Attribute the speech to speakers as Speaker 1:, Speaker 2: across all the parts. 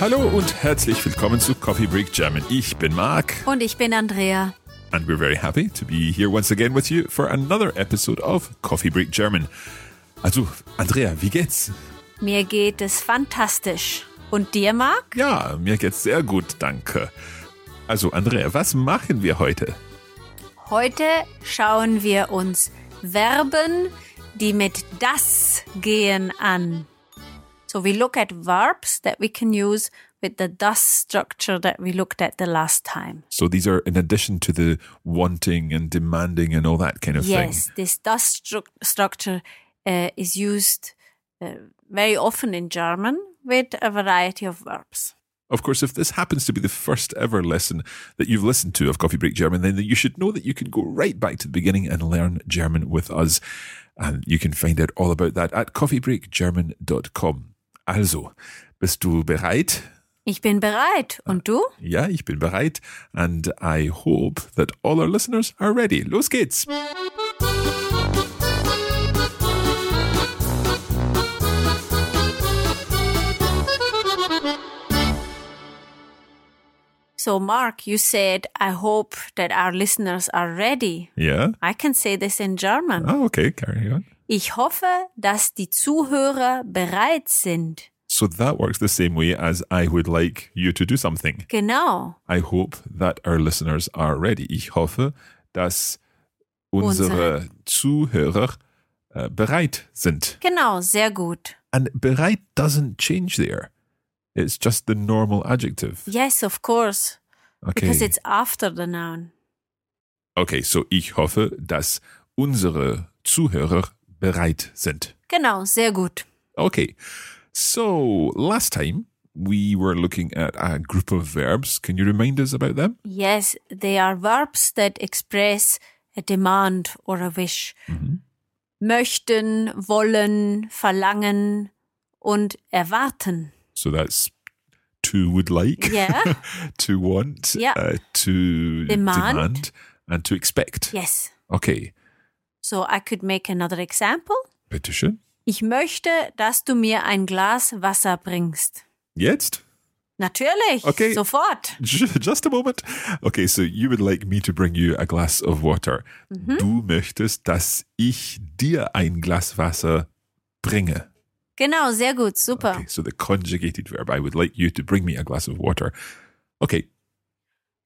Speaker 1: Hallo und herzlich willkommen zu Coffee Break German. Ich bin Marc
Speaker 2: Und ich bin Andrea.
Speaker 1: and we're very happy to be here once again with you for another episode of Coffee Break German. Also, Andrea, wie geht's?
Speaker 2: Mir geht es fantastisch. Und dir, Marc?
Speaker 1: Ja, mir geht's sehr gut, danke. Also, Andrea, was machen wir heute?
Speaker 2: Heute schauen wir uns Verben, die mit das gehen an. So we look at verbs that we can use with the das structure that we looked at the last time.
Speaker 1: So, these are in addition to the wanting and demanding and all that kind of thing.
Speaker 2: Yes, this das stru structure uh, is used uh, very often in German with a variety of verbs.
Speaker 1: Of course, if this happens to be the first ever lesson that you've listened to of Coffee Break German, then you should know that you can go right back to the beginning and learn German with us. And you can find out all about that at coffeebreakgerman.com. Also, bist du bereit?
Speaker 2: Ich bin bereit. Und du?
Speaker 1: Ja, ich bin bereit. And I hope that all our listeners are ready. Los geht's!
Speaker 2: So, Mark, you said, I hope that our listeners are ready.
Speaker 1: Yeah?
Speaker 2: I can say this in German.
Speaker 1: Oh, okay, carry on.
Speaker 2: Ich hoffe, dass die Zuhörer bereit sind.
Speaker 1: So that works the same way as I would like you to do something.
Speaker 2: Genau.
Speaker 1: I hope that our listeners are ready. Ich hoffe, dass unsere Zuhörer äh, bereit sind.
Speaker 2: Genau, sehr gut.
Speaker 1: And bereit doesn't change there. It's just the normal adjective.
Speaker 2: Yes, of course.
Speaker 1: Okay.
Speaker 2: Because it's after the noun.
Speaker 1: okay, so ich hoffe, dass unsere Zuhörer bereit sind.
Speaker 2: Genau, sehr gut.
Speaker 1: Okay. So last time we were looking at a group of verbs. Can you remind us about them?
Speaker 2: Yes, they are verbs that express a demand or a wish. Möchten, wollen, verlangen und erwarten.
Speaker 1: So that's to would like.
Speaker 2: Yeah.
Speaker 1: to want,
Speaker 2: Yeah.
Speaker 1: uh, to
Speaker 2: Demand.
Speaker 1: demand, and to expect.
Speaker 2: yes.
Speaker 1: Okay,
Speaker 2: So I could make another example.
Speaker 1: petition.
Speaker 2: Ich möchte, dass du mir ein Glas Wasser bringst.
Speaker 1: Jetzt?
Speaker 2: Natürlich,
Speaker 1: Okay.
Speaker 2: sofort.
Speaker 1: Ju- Just a moment. Okay, so you would like me to bring you a glass of water.
Speaker 2: Mm-hmm.
Speaker 1: Du möchtest, dass ich dir ein Glas Wasser bringe.
Speaker 2: Genau, sehr gut, super.
Speaker 1: Okay, so the conjugated verb, I would like you to bring me a glass of water. Okay,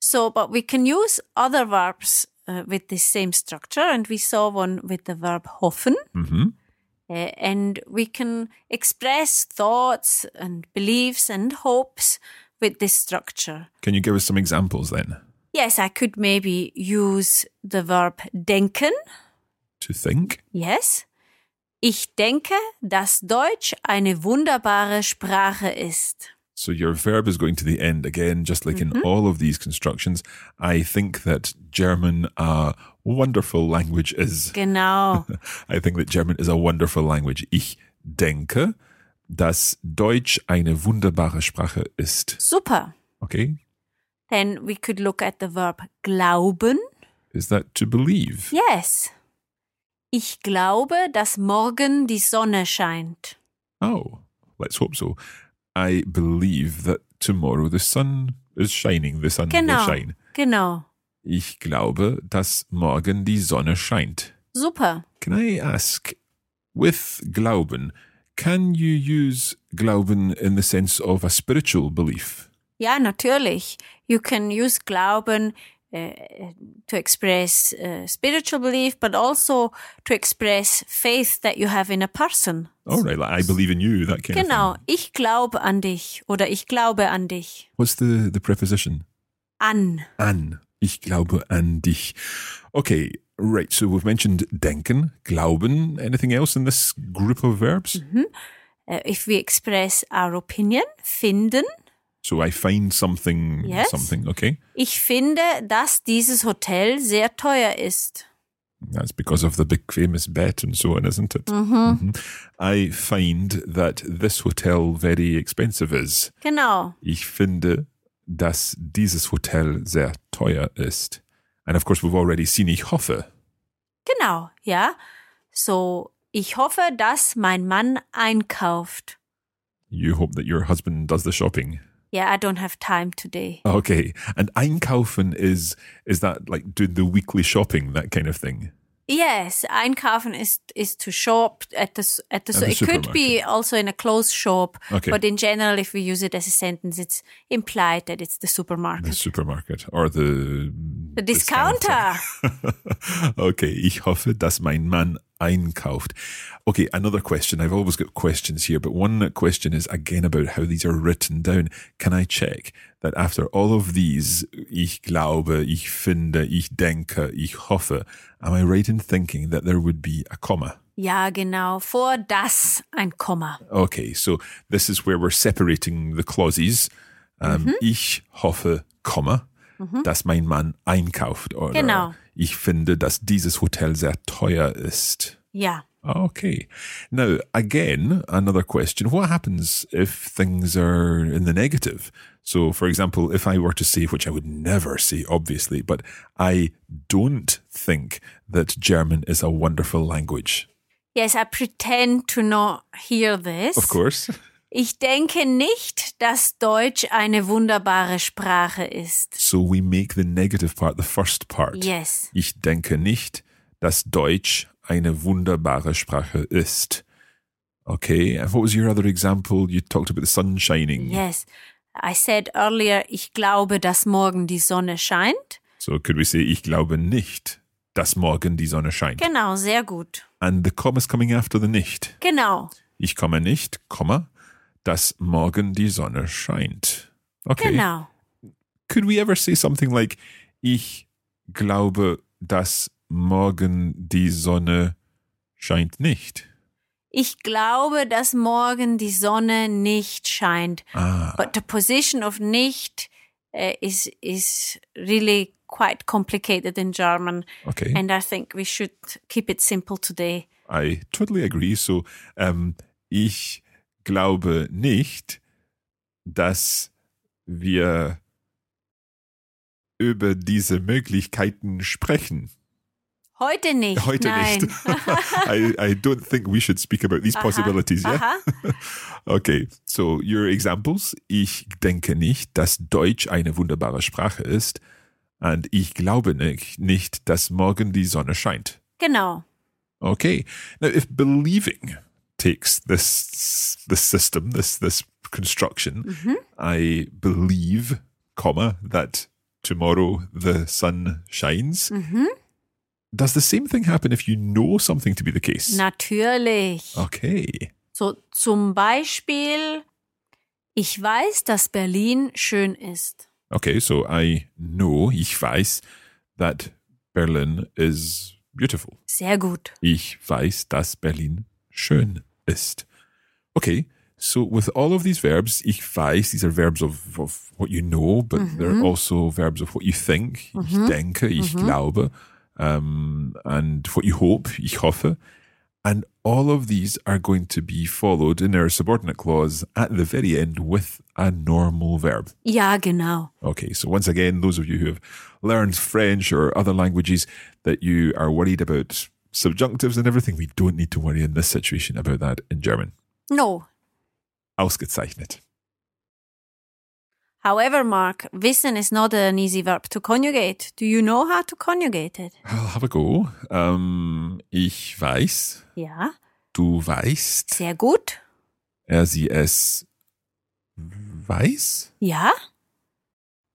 Speaker 2: So, but we can use other verbs uh, with the same structure, and we saw one with the verb hoffen.
Speaker 1: mhm.
Speaker 2: Uh, and we can express thoughts and beliefs and hopes with this structure.
Speaker 1: can you give us some examples then?
Speaker 2: Yes, I could maybe use the verb denken.
Speaker 1: To think?
Speaker 2: Yes. Ich denke, dass Deutsch eine wunderbare Sprache ist.
Speaker 1: So your verb is going to the end again, just like in all of these constructions. I think that German, a wonderful language, is.
Speaker 2: Genau.
Speaker 1: I think that German is a wonderful language. Ich denke, dass Deutsch eine wunderbare Sprache ist.
Speaker 2: Super.
Speaker 1: Okay,
Speaker 2: Then we could look at the verb glauben.
Speaker 1: is that to believe?
Speaker 2: Yes. Ich glaube, dass morgen die Sonne scheint.
Speaker 1: Oh, let's hope so. I believe that tomorrow the sun is shining. The sun will
Speaker 2: Genau.
Speaker 1: shine.
Speaker 2: Genau.
Speaker 1: Ich glaube, dass morgen die Sonne scheint.
Speaker 2: Super.
Speaker 1: Can I ask, with Glauben, can you use Glauben in the sense of a spiritual belief?
Speaker 2: Ja, natürlich. You can use Glauben äh, to express äh, spiritual belief, but also to express faith that you have in a person.
Speaker 1: All right, like I believe in you, that kind of
Speaker 2: Genau.
Speaker 1: thing.
Speaker 2: Ich glaube an dich oder ich glaube an dich.
Speaker 1: What's the, the preposition?
Speaker 2: An.
Speaker 1: an. Ich glaube an dich. Okay, right. So we've mentioned denken, glauben. Anything else in this group of verbs?
Speaker 2: Uh, if we express our opinion, finden.
Speaker 1: So I find something,
Speaker 2: Yes.
Speaker 1: something. Okay.
Speaker 2: Ich finde, dass dieses Hotel sehr teuer ist.
Speaker 1: That's because of the big famous bet and so on, isn't it?
Speaker 2: Mm-hmm.
Speaker 1: Mhm. I find that this hotel very expensive is.
Speaker 2: Genau.
Speaker 1: Ich finde, dass dieses Hotel sehr teuer ist. And of course, we've already seen ich hoffe.
Speaker 2: Genau, ja. So, ich hoffe, dass mein Mann einkauft.
Speaker 1: You hope that your husband does the shopping.
Speaker 2: Yeah, I don't have time today.
Speaker 1: Okay. And einkaufen is is that like do the weekly shopping, that kind of thing?
Speaker 2: Yes, einkaufen is is to shop at the s- at the.
Speaker 1: At
Speaker 2: so
Speaker 1: the
Speaker 2: it could be also in a closed shop,
Speaker 1: Okay.
Speaker 2: but in general, if we use it as a sentence, it's implied that it's the supermarket,
Speaker 1: The supermarket or the
Speaker 2: the discounter.
Speaker 1: okay, ich hoffe, dass mein Mann einkauft. Okay, another question. I've always got questions here, but one question is again about how these are written down. Can I check that after all of these, ich glaube, ich finde, ich denke, ich hoffe, am I right in thinking that there would be a comma?
Speaker 2: Ja, genau. Vor das ein Komma.
Speaker 1: Okay, so this is where we're separating the clauses. Um, Ich hoffe, Komma, dass mein Mann einkauft. Oder
Speaker 2: Genau.
Speaker 1: Ich finde, dass dieses Hotel sehr teuer ist.
Speaker 2: Ja.
Speaker 1: Okay. Now, again, another question. What happens if things are in the negative? So, for example, if I were to say, which I would never say, obviously, but I don't think that German is a wonderful language.
Speaker 2: Yes, I pretend to not hear this.
Speaker 1: Of course.
Speaker 2: Ich denke nicht, dass Deutsch eine wunderbare Sprache ist.
Speaker 1: So we make the negative part the first part.
Speaker 2: Yes.
Speaker 1: Ich denke nicht, dass Deutsch eine wunderbare Sprache ist. Okay, and what was your other example? You talked about the sun shining.
Speaker 2: Yes. I said earlier, ich glaube, dass morgen die Sonne scheint.
Speaker 1: So could we say, ich glaube nicht, dass morgen die Sonne scheint?
Speaker 2: Genau, sehr gut.
Speaker 1: And the comma is coming after the nicht.
Speaker 2: Genau,
Speaker 1: Ich komme nicht, Komma, dass morgen die Sonne scheint. Okay.
Speaker 2: genau.
Speaker 1: could we ever say something like ich glaube, dass morgen die Sonne scheint nicht?
Speaker 2: Ich glaube, dass morgen die Sonne nicht scheint.
Speaker 1: Ah,
Speaker 2: But the position of nicht äh, is, is really quite complicated in German.
Speaker 1: okay.
Speaker 2: And I think we should keep it simple today.
Speaker 1: I totally agree. So, ähm, ich glaube nicht, dass wir über diese Möglichkeiten sprechen.
Speaker 2: Heute nicht.
Speaker 1: Heute
Speaker 2: Nein.
Speaker 1: nicht. I, I don't think we should speak about these possibilities. Yeah?
Speaker 2: Aha.
Speaker 1: Okay, so your examples. Ich denke nicht, dass Deutsch eine wunderbare Sprache ist. Und ich glaube nicht, nicht, dass morgen die Sonne scheint.
Speaker 2: Genau.
Speaker 1: Okay. Now, if believing takes this this system, this this construction, I believe, comma, that tomorrow the sun shines. Does the same thing happen if you know something to be the case?
Speaker 2: Natürlich.
Speaker 1: Okay.
Speaker 2: So zum Beispiel, ich weiß, dass Berlin schön ist.
Speaker 1: Okay, so I know, ich weiß, that Berlin is beautiful.
Speaker 2: Sehr gut.
Speaker 1: Ich weiß, dass Berlin schön ist. Okay, so with all of these verbs, ich weiß, these are verbs of, of what you know, but they're also verbs of what you think, ich denke, ich glaube, um, and what you hope, ich hoffe. And all of these are going to be followed in their subordinate clause at the very end with a normal verb.
Speaker 2: Ja, genau.
Speaker 1: Okay, so once again, those of you who have learned French or other languages that you are worried about subjunctives and everything, we don't need to worry in this situation about that in German.
Speaker 2: No.
Speaker 1: Ausgezeichnet.
Speaker 2: However, Mark, wissen is not an easy verb to conjugate. Do you know how to conjugate it?
Speaker 1: I'll have a go. Um, ich weiß,
Speaker 2: Ja,
Speaker 1: du weißt,
Speaker 2: sehr gut.
Speaker 1: er, sie, es weiß,
Speaker 2: Ja,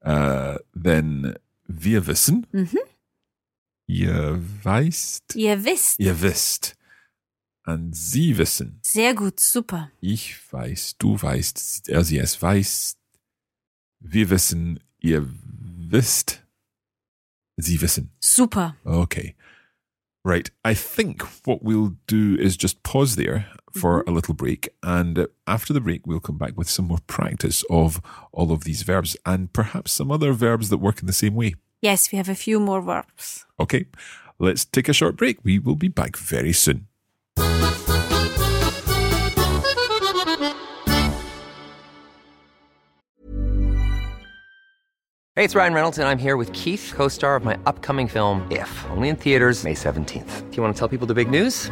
Speaker 1: uh, then wir wissen,
Speaker 2: Mhm.
Speaker 1: ihr weißt,
Speaker 2: ihr wisst.
Speaker 1: ihr wisst, und sie wissen.
Speaker 2: Sehr gut, super.
Speaker 1: Ich weiß, du weißt, er sie es weiß. Wir wissen, ihr wisst. Sie wissen.
Speaker 2: Super.
Speaker 1: Okay. Right. I think what we'll do is just pause there for a little break. And uh, after the break, we'll come back with some more practice of all of these verbs and perhaps some other verbs that work in the same way.
Speaker 2: Yes, we have a few more verbs.
Speaker 1: Okay. Let's take a short break. We will be back very soon.
Speaker 3: Hey, it's Ryan Reynolds, and I'm here with Keith, co star of my upcoming film, If, only in theaters, May 17th. Do you want to tell people the big news?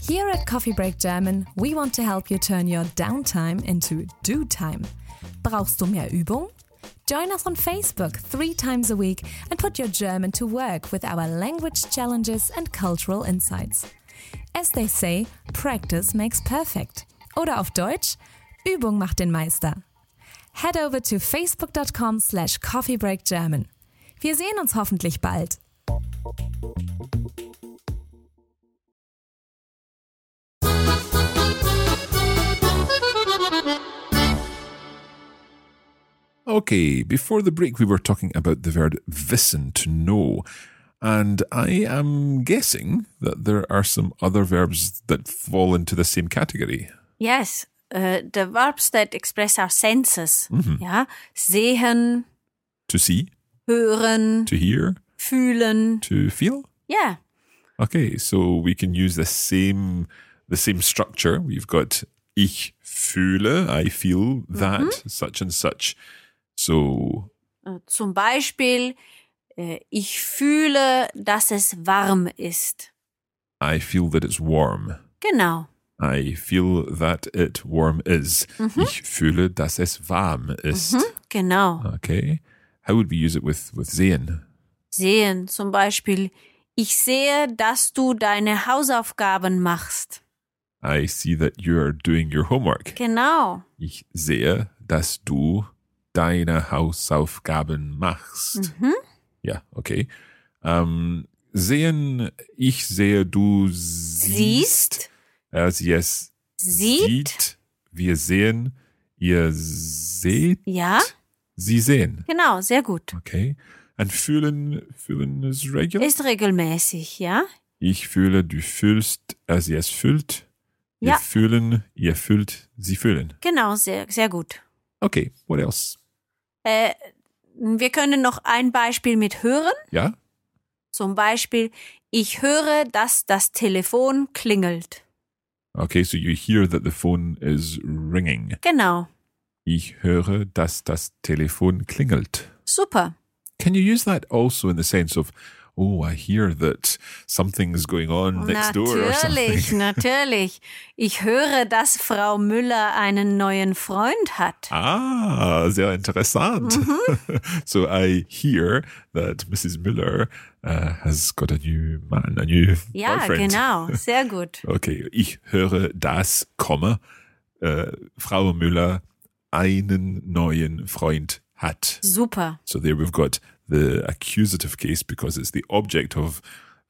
Speaker 4: Here at Coffee Break German, we want to help you turn your downtime into do time. Brauchst du mehr Übung? Join us on Facebook three times a week and put your German to work with our language challenges and cultural insights. As they say, practice makes perfect. Oder auf Deutsch, Übung macht den Meister. Head over to facebook.com slash coffeebreakgerman. Wir sehen uns hoffentlich bald.
Speaker 1: Okay, before the break, we were talking about the verb wissen, to know. And I am guessing that there are some other verbs that fall into the same category.
Speaker 2: Yes, uh, the verbs that express our senses. Ja, sehen,
Speaker 1: To see,
Speaker 2: hören,
Speaker 1: to hear,
Speaker 2: fühlen.
Speaker 1: to feel.
Speaker 2: Yeah,
Speaker 1: Okay, so we can use the same the same structure. We've got ich fühle, I feel that such and such. So
Speaker 2: uh, zum Beispiel, uh, ich fühle, dass es warm ist.
Speaker 1: I feel that it's warm.
Speaker 2: Genau.
Speaker 1: I feel that it warm is. Ich fühle, dass es warm ist.
Speaker 2: Mm-hmm. Genau.
Speaker 1: Okay. How would we use it with with sehen?
Speaker 2: Sehen zum Beispiel. Ich sehe, dass du deine Hausaufgaben machst.
Speaker 1: I see that you're doing your homework.
Speaker 2: Genau.
Speaker 1: Ich sehe, dass du deine Hausaufgaben machst. Ja, okay. Ähm, sehen, ich sehe, du siehst.
Speaker 2: Siehst.
Speaker 1: Äh, sie es
Speaker 2: Sieht.
Speaker 1: Wir sehen, ihr seht.
Speaker 2: Ja.
Speaker 1: Sie sehen.
Speaker 2: Genau, sehr gut.
Speaker 1: Okay. Und fühlen, fühlen ist regular.
Speaker 2: Ist regelmäßig, ja?
Speaker 1: ich fühle, du fühlst, äh, sie es fühlt. Wir
Speaker 2: Ja.
Speaker 1: fühlen, ihr fühlt, sie fühlen.
Speaker 2: Genau, sehr, sehr gut.
Speaker 1: Okay, what else?
Speaker 2: Äh, wir können noch ein Beispiel mit hören.
Speaker 1: Ja?
Speaker 2: Zum Beispiel, ich höre, dass das Telefon klingelt.
Speaker 1: Okay, so you hear that the phone is ringing.
Speaker 2: Genau.
Speaker 1: Ich höre, dass das Telefon klingelt.
Speaker 2: Super.
Speaker 1: Can you use that also in the sense of, oh, I hear that something's going on next door or
Speaker 2: natürlich,
Speaker 1: something?
Speaker 2: natürlich. Ich höre, dass Frau Müller einen neuen Freund hat.
Speaker 1: Ah, sehr interessant.
Speaker 2: Mhm.
Speaker 1: so I hear that Mrs. Miller uh, has got a new man, a new
Speaker 2: ja,
Speaker 1: boyfriend.
Speaker 2: genau. Sehr gut.
Speaker 1: Okay, ich höre das, Komma, äh, Frau Müller einen neuen Freund hat.
Speaker 2: Super.
Speaker 1: So there we've got the accusative case because it's the object of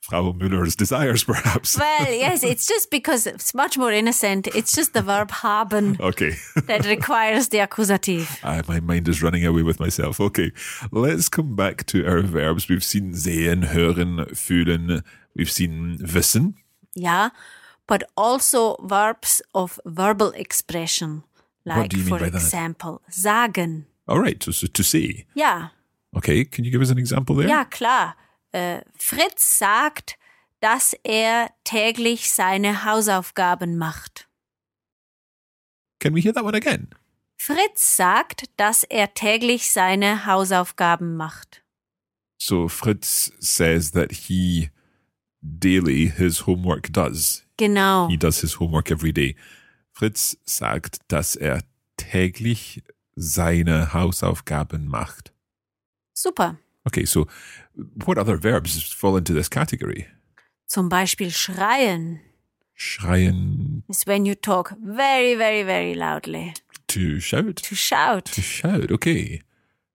Speaker 1: Frau Müller's desires, perhaps.
Speaker 2: Well, yes, it's just because it's much more innocent. It's just the verb haben
Speaker 1: Okay,
Speaker 2: that requires the accusative.
Speaker 1: Ah, my mind is running away with myself. Okay, let's come back to our verbs. We've seen sehen, hören, fühlen. We've seen wissen.
Speaker 2: Yeah. But also verbs of verbal expression. Like,
Speaker 1: do you mean
Speaker 2: for
Speaker 1: by that?
Speaker 2: example, sagen.
Speaker 1: All right, so, so to say.
Speaker 2: Ja,
Speaker 1: Okay, can you give us an example there?
Speaker 2: ja, klar. äh, Fritz sagt, dass er täglich seine Hausaufgaben macht.
Speaker 1: Can we hear that one again?
Speaker 2: Fritz sagt, dass er täglich seine Hausaufgaben macht.
Speaker 1: So Fritz says that he daily his homework does.
Speaker 2: Genau.
Speaker 1: He does his homework every day. Fritz sagt, dass er täglich seine Hausaufgaben macht.
Speaker 2: Super.
Speaker 1: Okay, so what other verbs fall into this category?
Speaker 2: Zum Beispiel schreien
Speaker 1: Schreien,
Speaker 2: is when you talk very, very, very loudly.
Speaker 1: to shout,
Speaker 2: To shout.
Speaker 1: to shout. Okay.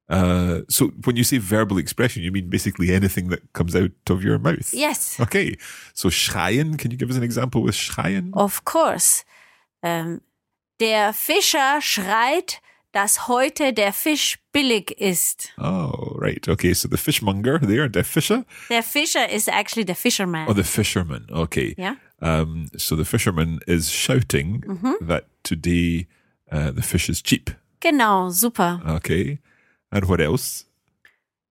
Speaker 1: Uh, so when you say verbal expression, you mean basically anything that comes out of your mouth.
Speaker 2: Yes,
Speaker 1: Okay. So schreien, can you give us an example with schreien?
Speaker 2: of course. Ähm, der Fischer schreit, dass heute der Fisch billig ist.
Speaker 1: Oh, right. Okay. So the fishmonger there, the fisher,
Speaker 2: Der Fischer is actually the fisherman.
Speaker 1: or the fisherman. Okay.
Speaker 2: Yeah.
Speaker 1: Um, so the fisherman is shouting
Speaker 2: Mm-hmm.
Speaker 1: that today uh, the fish is cheap.
Speaker 2: Genau, super.
Speaker 1: Okay. And what else?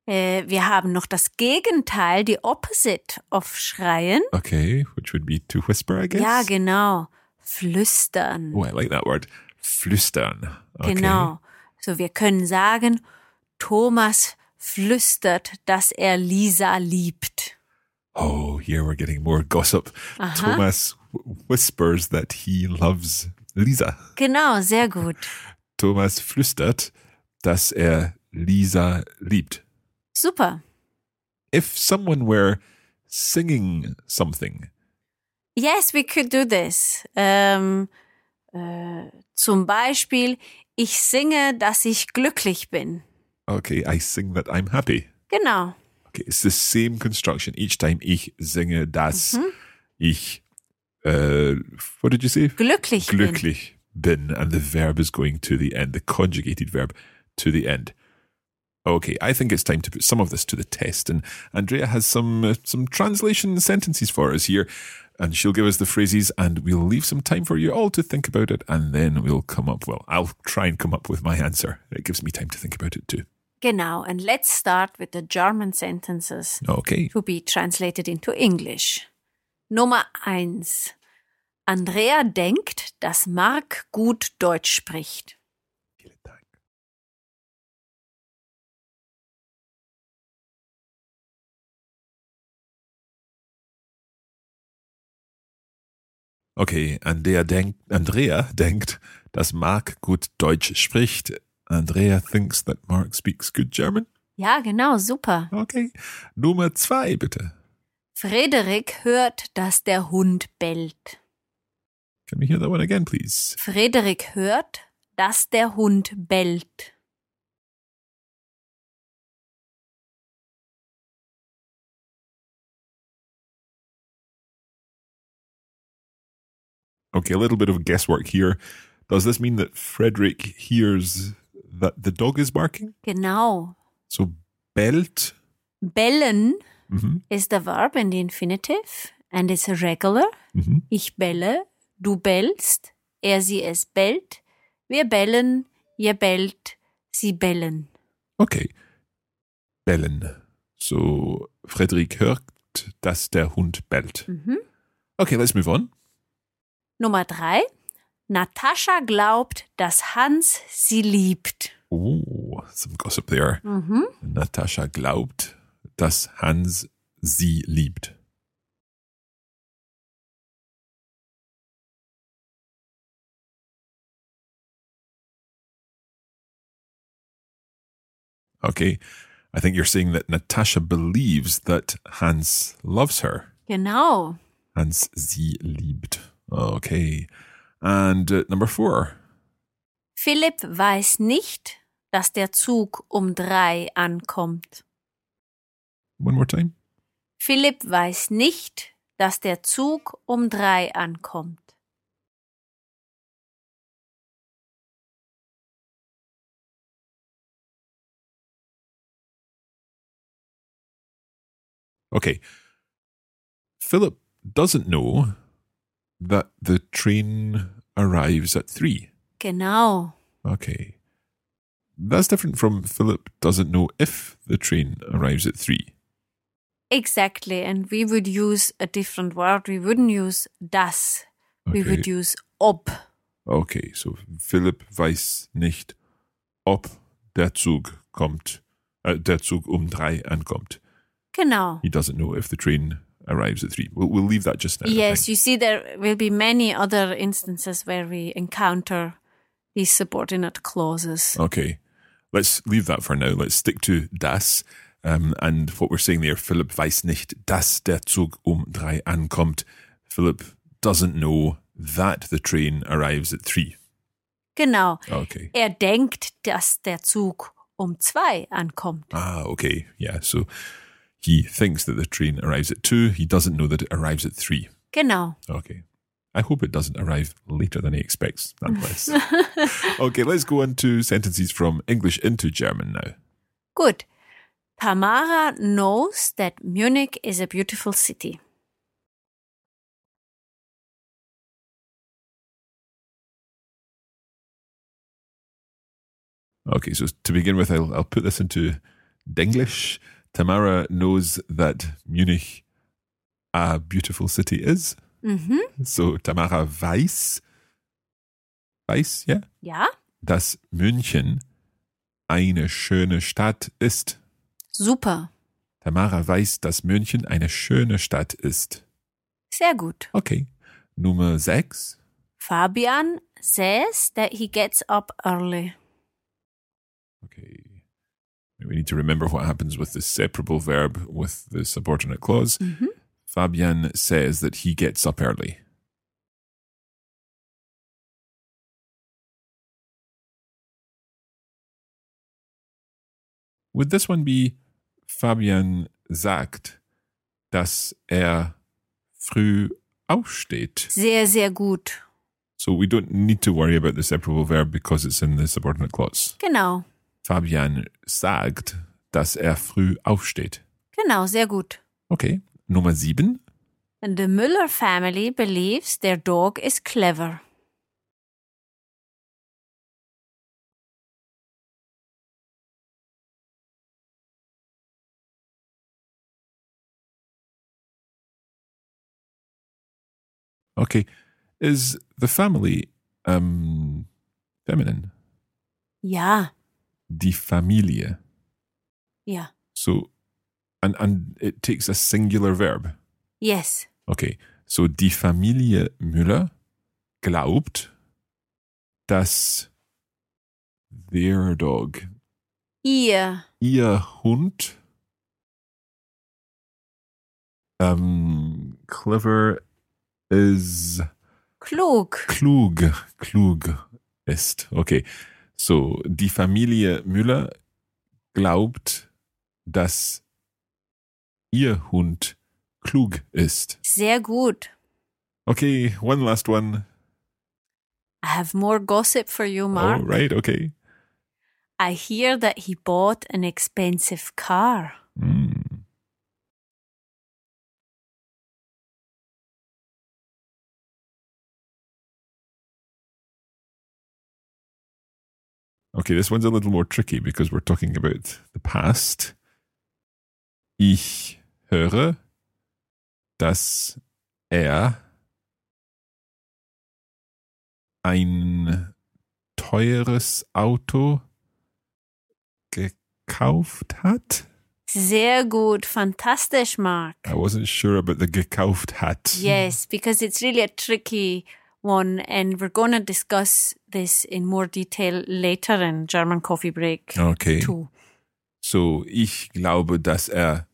Speaker 2: Äh, wir haben noch das Gegenteil, die Opposite of Schreien.
Speaker 1: Okay. Which would be to whisper, I guess.
Speaker 2: Ja, genau. Flüstern.
Speaker 1: Oh, I like that word. Flüstern. Okay.
Speaker 2: Genau. So, wir können sagen, Thomas flüstert, dass er Lisa liebt.
Speaker 1: Oh, here we're getting more gossip.
Speaker 2: Uh-huh.
Speaker 1: Thomas wh- whispers that he loves Lisa.
Speaker 2: Genau, sehr gut.
Speaker 1: Thomas flüstert, dass er Lisa liebt.
Speaker 2: Super.
Speaker 1: If someone were singing something,
Speaker 2: Yes, we could do this. Ähm, äh, zum Beispiel, ich singe, dass ich glücklich bin.
Speaker 1: okay, I sing that I'm happy.
Speaker 2: Genau,
Speaker 1: Okay, it's the same construction each time. Ich singe das. Ich, uh, what did you say?
Speaker 2: glücklich, bin.
Speaker 1: Glücklich bin. And the verb is going to the end, the conjugated verb to the end. Okay, I think it's time to put some of this to the test. And Andrea has some uh, some translation sentences for us here. And she'll give us the phrases, and we'll leave some time for you all to think about it. And then we'll come up. Well, I'll try and come up with my answer. It gives me time to think about it too.
Speaker 2: Genau, and let's start with the German sentences
Speaker 1: Okay.
Speaker 2: to be translated into English. Nummer eins: Andrea denkt, dass Mark gut Deutsch spricht.
Speaker 1: Okay, Andrea, denk, Andrea denkt, dass Mark gut Deutsch spricht. Andrea thinks that Mark speaks good German.
Speaker 2: Ja, genau, super.
Speaker 1: Okay. Nummer zwei, bitte.
Speaker 2: Frederik hört, dass der Hund bellt.
Speaker 1: Can we hear that one again, please?
Speaker 2: Frederik hört, dass der Hund bellt.
Speaker 1: Okay, a little bit of guesswork here. Does this mean that Frederick hears that the dog is barking?
Speaker 2: Genau.
Speaker 1: So, belt.
Speaker 2: Bellen
Speaker 1: Mhm.
Speaker 2: is the verb in the infinitive and it's a regular.
Speaker 1: Mhm.
Speaker 2: Ich belle, du bellst, er, sie, es bellt, wir bellen, ihr bellt, sie bellen.
Speaker 1: Okay. Bellen. So, Frederick hört, dass der Hund bellt.
Speaker 2: Mhm.
Speaker 1: Okay, let's move on.
Speaker 2: Nummer drei. Natascha glaubt, dass Hans sie liebt.
Speaker 1: Oh, some gossip there.
Speaker 2: Mhm.
Speaker 1: Natascha glaubt, dass Hans sie liebt. Okay, I think you're saying that Natasha believes that Hans loves her.
Speaker 2: Genau.
Speaker 1: Hans sie liebt. Okay. And uh, number four.
Speaker 2: Philipp weiß nicht, dass der Zug um drei ankommt.
Speaker 1: One more time.
Speaker 2: Philipp weiß nicht, dass der Zug um drei ankommt.
Speaker 1: Okay. Philip doesn't know that the train arrives at three.
Speaker 2: Genau.
Speaker 1: Okay. That's different from Philip doesn't know if the train arrives at three.
Speaker 2: Exactly. And we would use a different word. We wouldn't use das. We
Speaker 1: Okay.
Speaker 2: would use ob.
Speaker 1: Okay, so Philipp weiß nicht, ob der Zug kommt, äh, der Zug um drei ankommt.
Speaker 2: Genau.
Speaker 1: He doesn't know if the train arrives at three. We'll, we'll leave that just now. I
Speaker 2: Yes,
Speaker 1: think.
Speaker 2: you see, there will be many other instances where we encounter these subordinate clauses.
Speaker 1: Okay, let's leave that for now. Let's stick to das. Um, and what we're saying there, Philipp weiß nicht, dass der Zug um drei ankommt. Philipp doesn't know that the train arrives at three.
Speaker 2: Genau.
Speaker 1: Okay.
Speaker 2: Er denkt, dass der Zug um zwei ankommt.
Speaker 1: Ah, okay. Yeah. So he thinks that the train arrives at two. He doesn't know that it arrives at three.
Speaker 2: Genau.
Speaker 1: Okay. I hope it doesn't arrive later than he expects. That place. okay, let's go on to sentences from English into German now.
Speaker 2: Good. Tamara knows that Munich is a beautiful city.
Speaker 1: Okay, so to begin with, I'll, I'll put this into Denglish. Tamara knows that Munich, a beautiful city, is.
Speaker 2: Mhm.
Speaker 1: So Tamara weiß, weiß, yeah,
Speaker 2: Ja,
Speaker 1: dass München eine schöne Stadt ist.
Speaker 2: super.
Speaker 1: Tamara weiß, dass München eine schöne Stadt ist.
Speaker 2: Sehr gut.
Speaker 1: Okay. Nummer 6.
Speaker 2: Fabian says that he gets up early.
Speaker 1: Okay. We need to remember what happens with the separable verb with the subordinate clause. Fabian says that he gets up early. Would this one be Fabian sagt, dass er früh aufsteht?
Speaker 2: Sehr, sehr gut.
Speaker 1: So we don't need to worry about the separable verb because it's in the subordinate clause.
Speaker 2: Genau.
Speaker 1: Fabian sagt, dass er früh aufsteht.
Speaker 2: Genau, sehr gut.
Speaker 1: Okay. Nummer sieben.
Speaker 2: And the Müller family believes their dog is clever.
Speaker 1: Okay. Is the family um feminine?
Speaker 2: Ja,
Speaker 1: Die Familie.
Speaker 2: ja.
Speaker 1: So and and it takes a singular verb.
Speaker 2: Yes.
Speaker 1: Okay. So die Familie Müller glaubt, dass their dog
Speaker 2: Ihr.
Speaker 1: ihr Hund ähm, clever ist,
Speaker 2: Klug.
Speaker 1: klug, klug ist. Okay, so die Familie Müller glaubt, dass ihr Hund klug ist.
Speaker 2: Sehr gut.
Speaker 1: Okay, one last one.
Speaker 2: I have more gossip for you, Mark.
Speaker 1: All right, okay.
Speaker 2: I hear that he bought an expensive car.
Speaker 1: Mm. Okay, this one's a little more tricky because we're talking about the past. Ich höre, dass er ein teures Auto gekauft hat.
Speaker 2: Sehr gut. Fantastisch, Mark.
Speaker 1: I wasn't sure about the gekauft hat.
Speaker 2: Yes, because it's really a tricky one, and we're going to discuss this in more detail later in German Coffee Break
Speaker 1: Okay.
Speaker 2: 2.
Speaker 1: So, ich glaube, dass er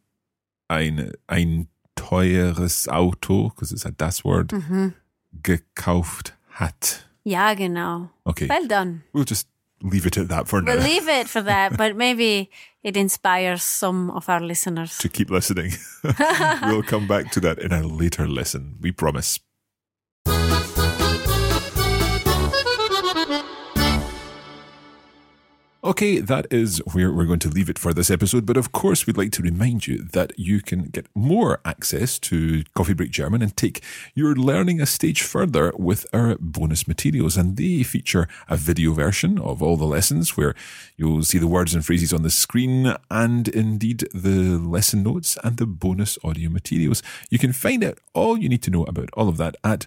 Speaker 1: ein, ein teures Auto, because it's a das word,
Speaker 2: Mm-hmm.
Speaker 1: gekauft hat.
Speaker 2: Ja, genau.
Speaker 1: Okay.
Speaker 2: Well done.
Speaker 1: we'll just leave it at that for now.
Speaker 2: We'll leave it for that, but maybe it inspires some of our listeners.
Speaker 1: to keep listening. we'll come back to that in a later lesson, we promise. Okay, that is where we're going to leave it for this episode. But of course, we'd like to remind you that you can get more access to Coffee Break German and take your learning a stage further with our bonus materials. And they feature a video version of all the lessons where you'll see the words and phrases on the screen and indeed the lesson notes and the bonus audio materials. You can find out all you need to know about all of that at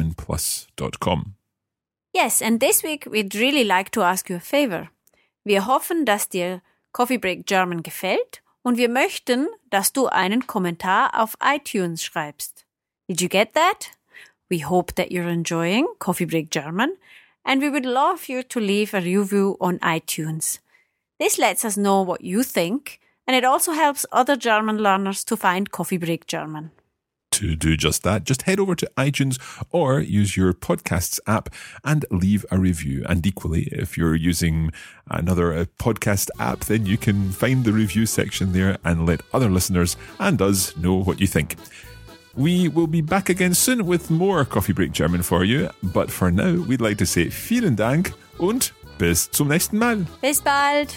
Speaker 1: coffeebreakgermanplus.com.
Speaker 2: Yes, and this week we'd really like to ask you a favor. Wir hoffen, dass dir Coffee Break German gefällt und wir möchten, dass du einen Kommentar auf iTunes schreibst. Did you get that? We hope that you're enjoying Coffee Break German and we would love you to leave a review on iTunes. This lets us know what you think and it also helps other German learners to find Coffee Break German
Speaker 1: to do just that, just head over to iTunes or use your podcasts app and leave a review. And equally, if you're using another uh, podcast app, then you can find the review section there and let other listeners and us know what you think. We will be back again soon with more Coffee Break German for you. But for now, we'd like to say vielen Dank und bis zum nächsten Mal.
Speaker 2: Bis bald!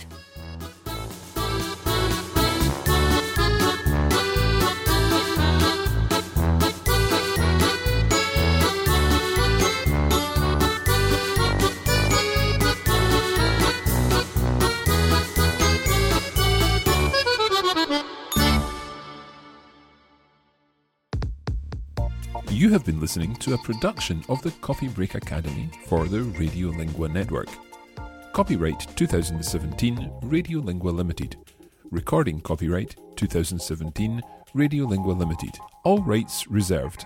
Speaker 1: You have been listening to a production of the Coffee Break Academy for the Radiolingua Network. Copyright 2017 Radiolingua Limited. Recording copyright 2017 Radiolingua Limited. All rights reserved.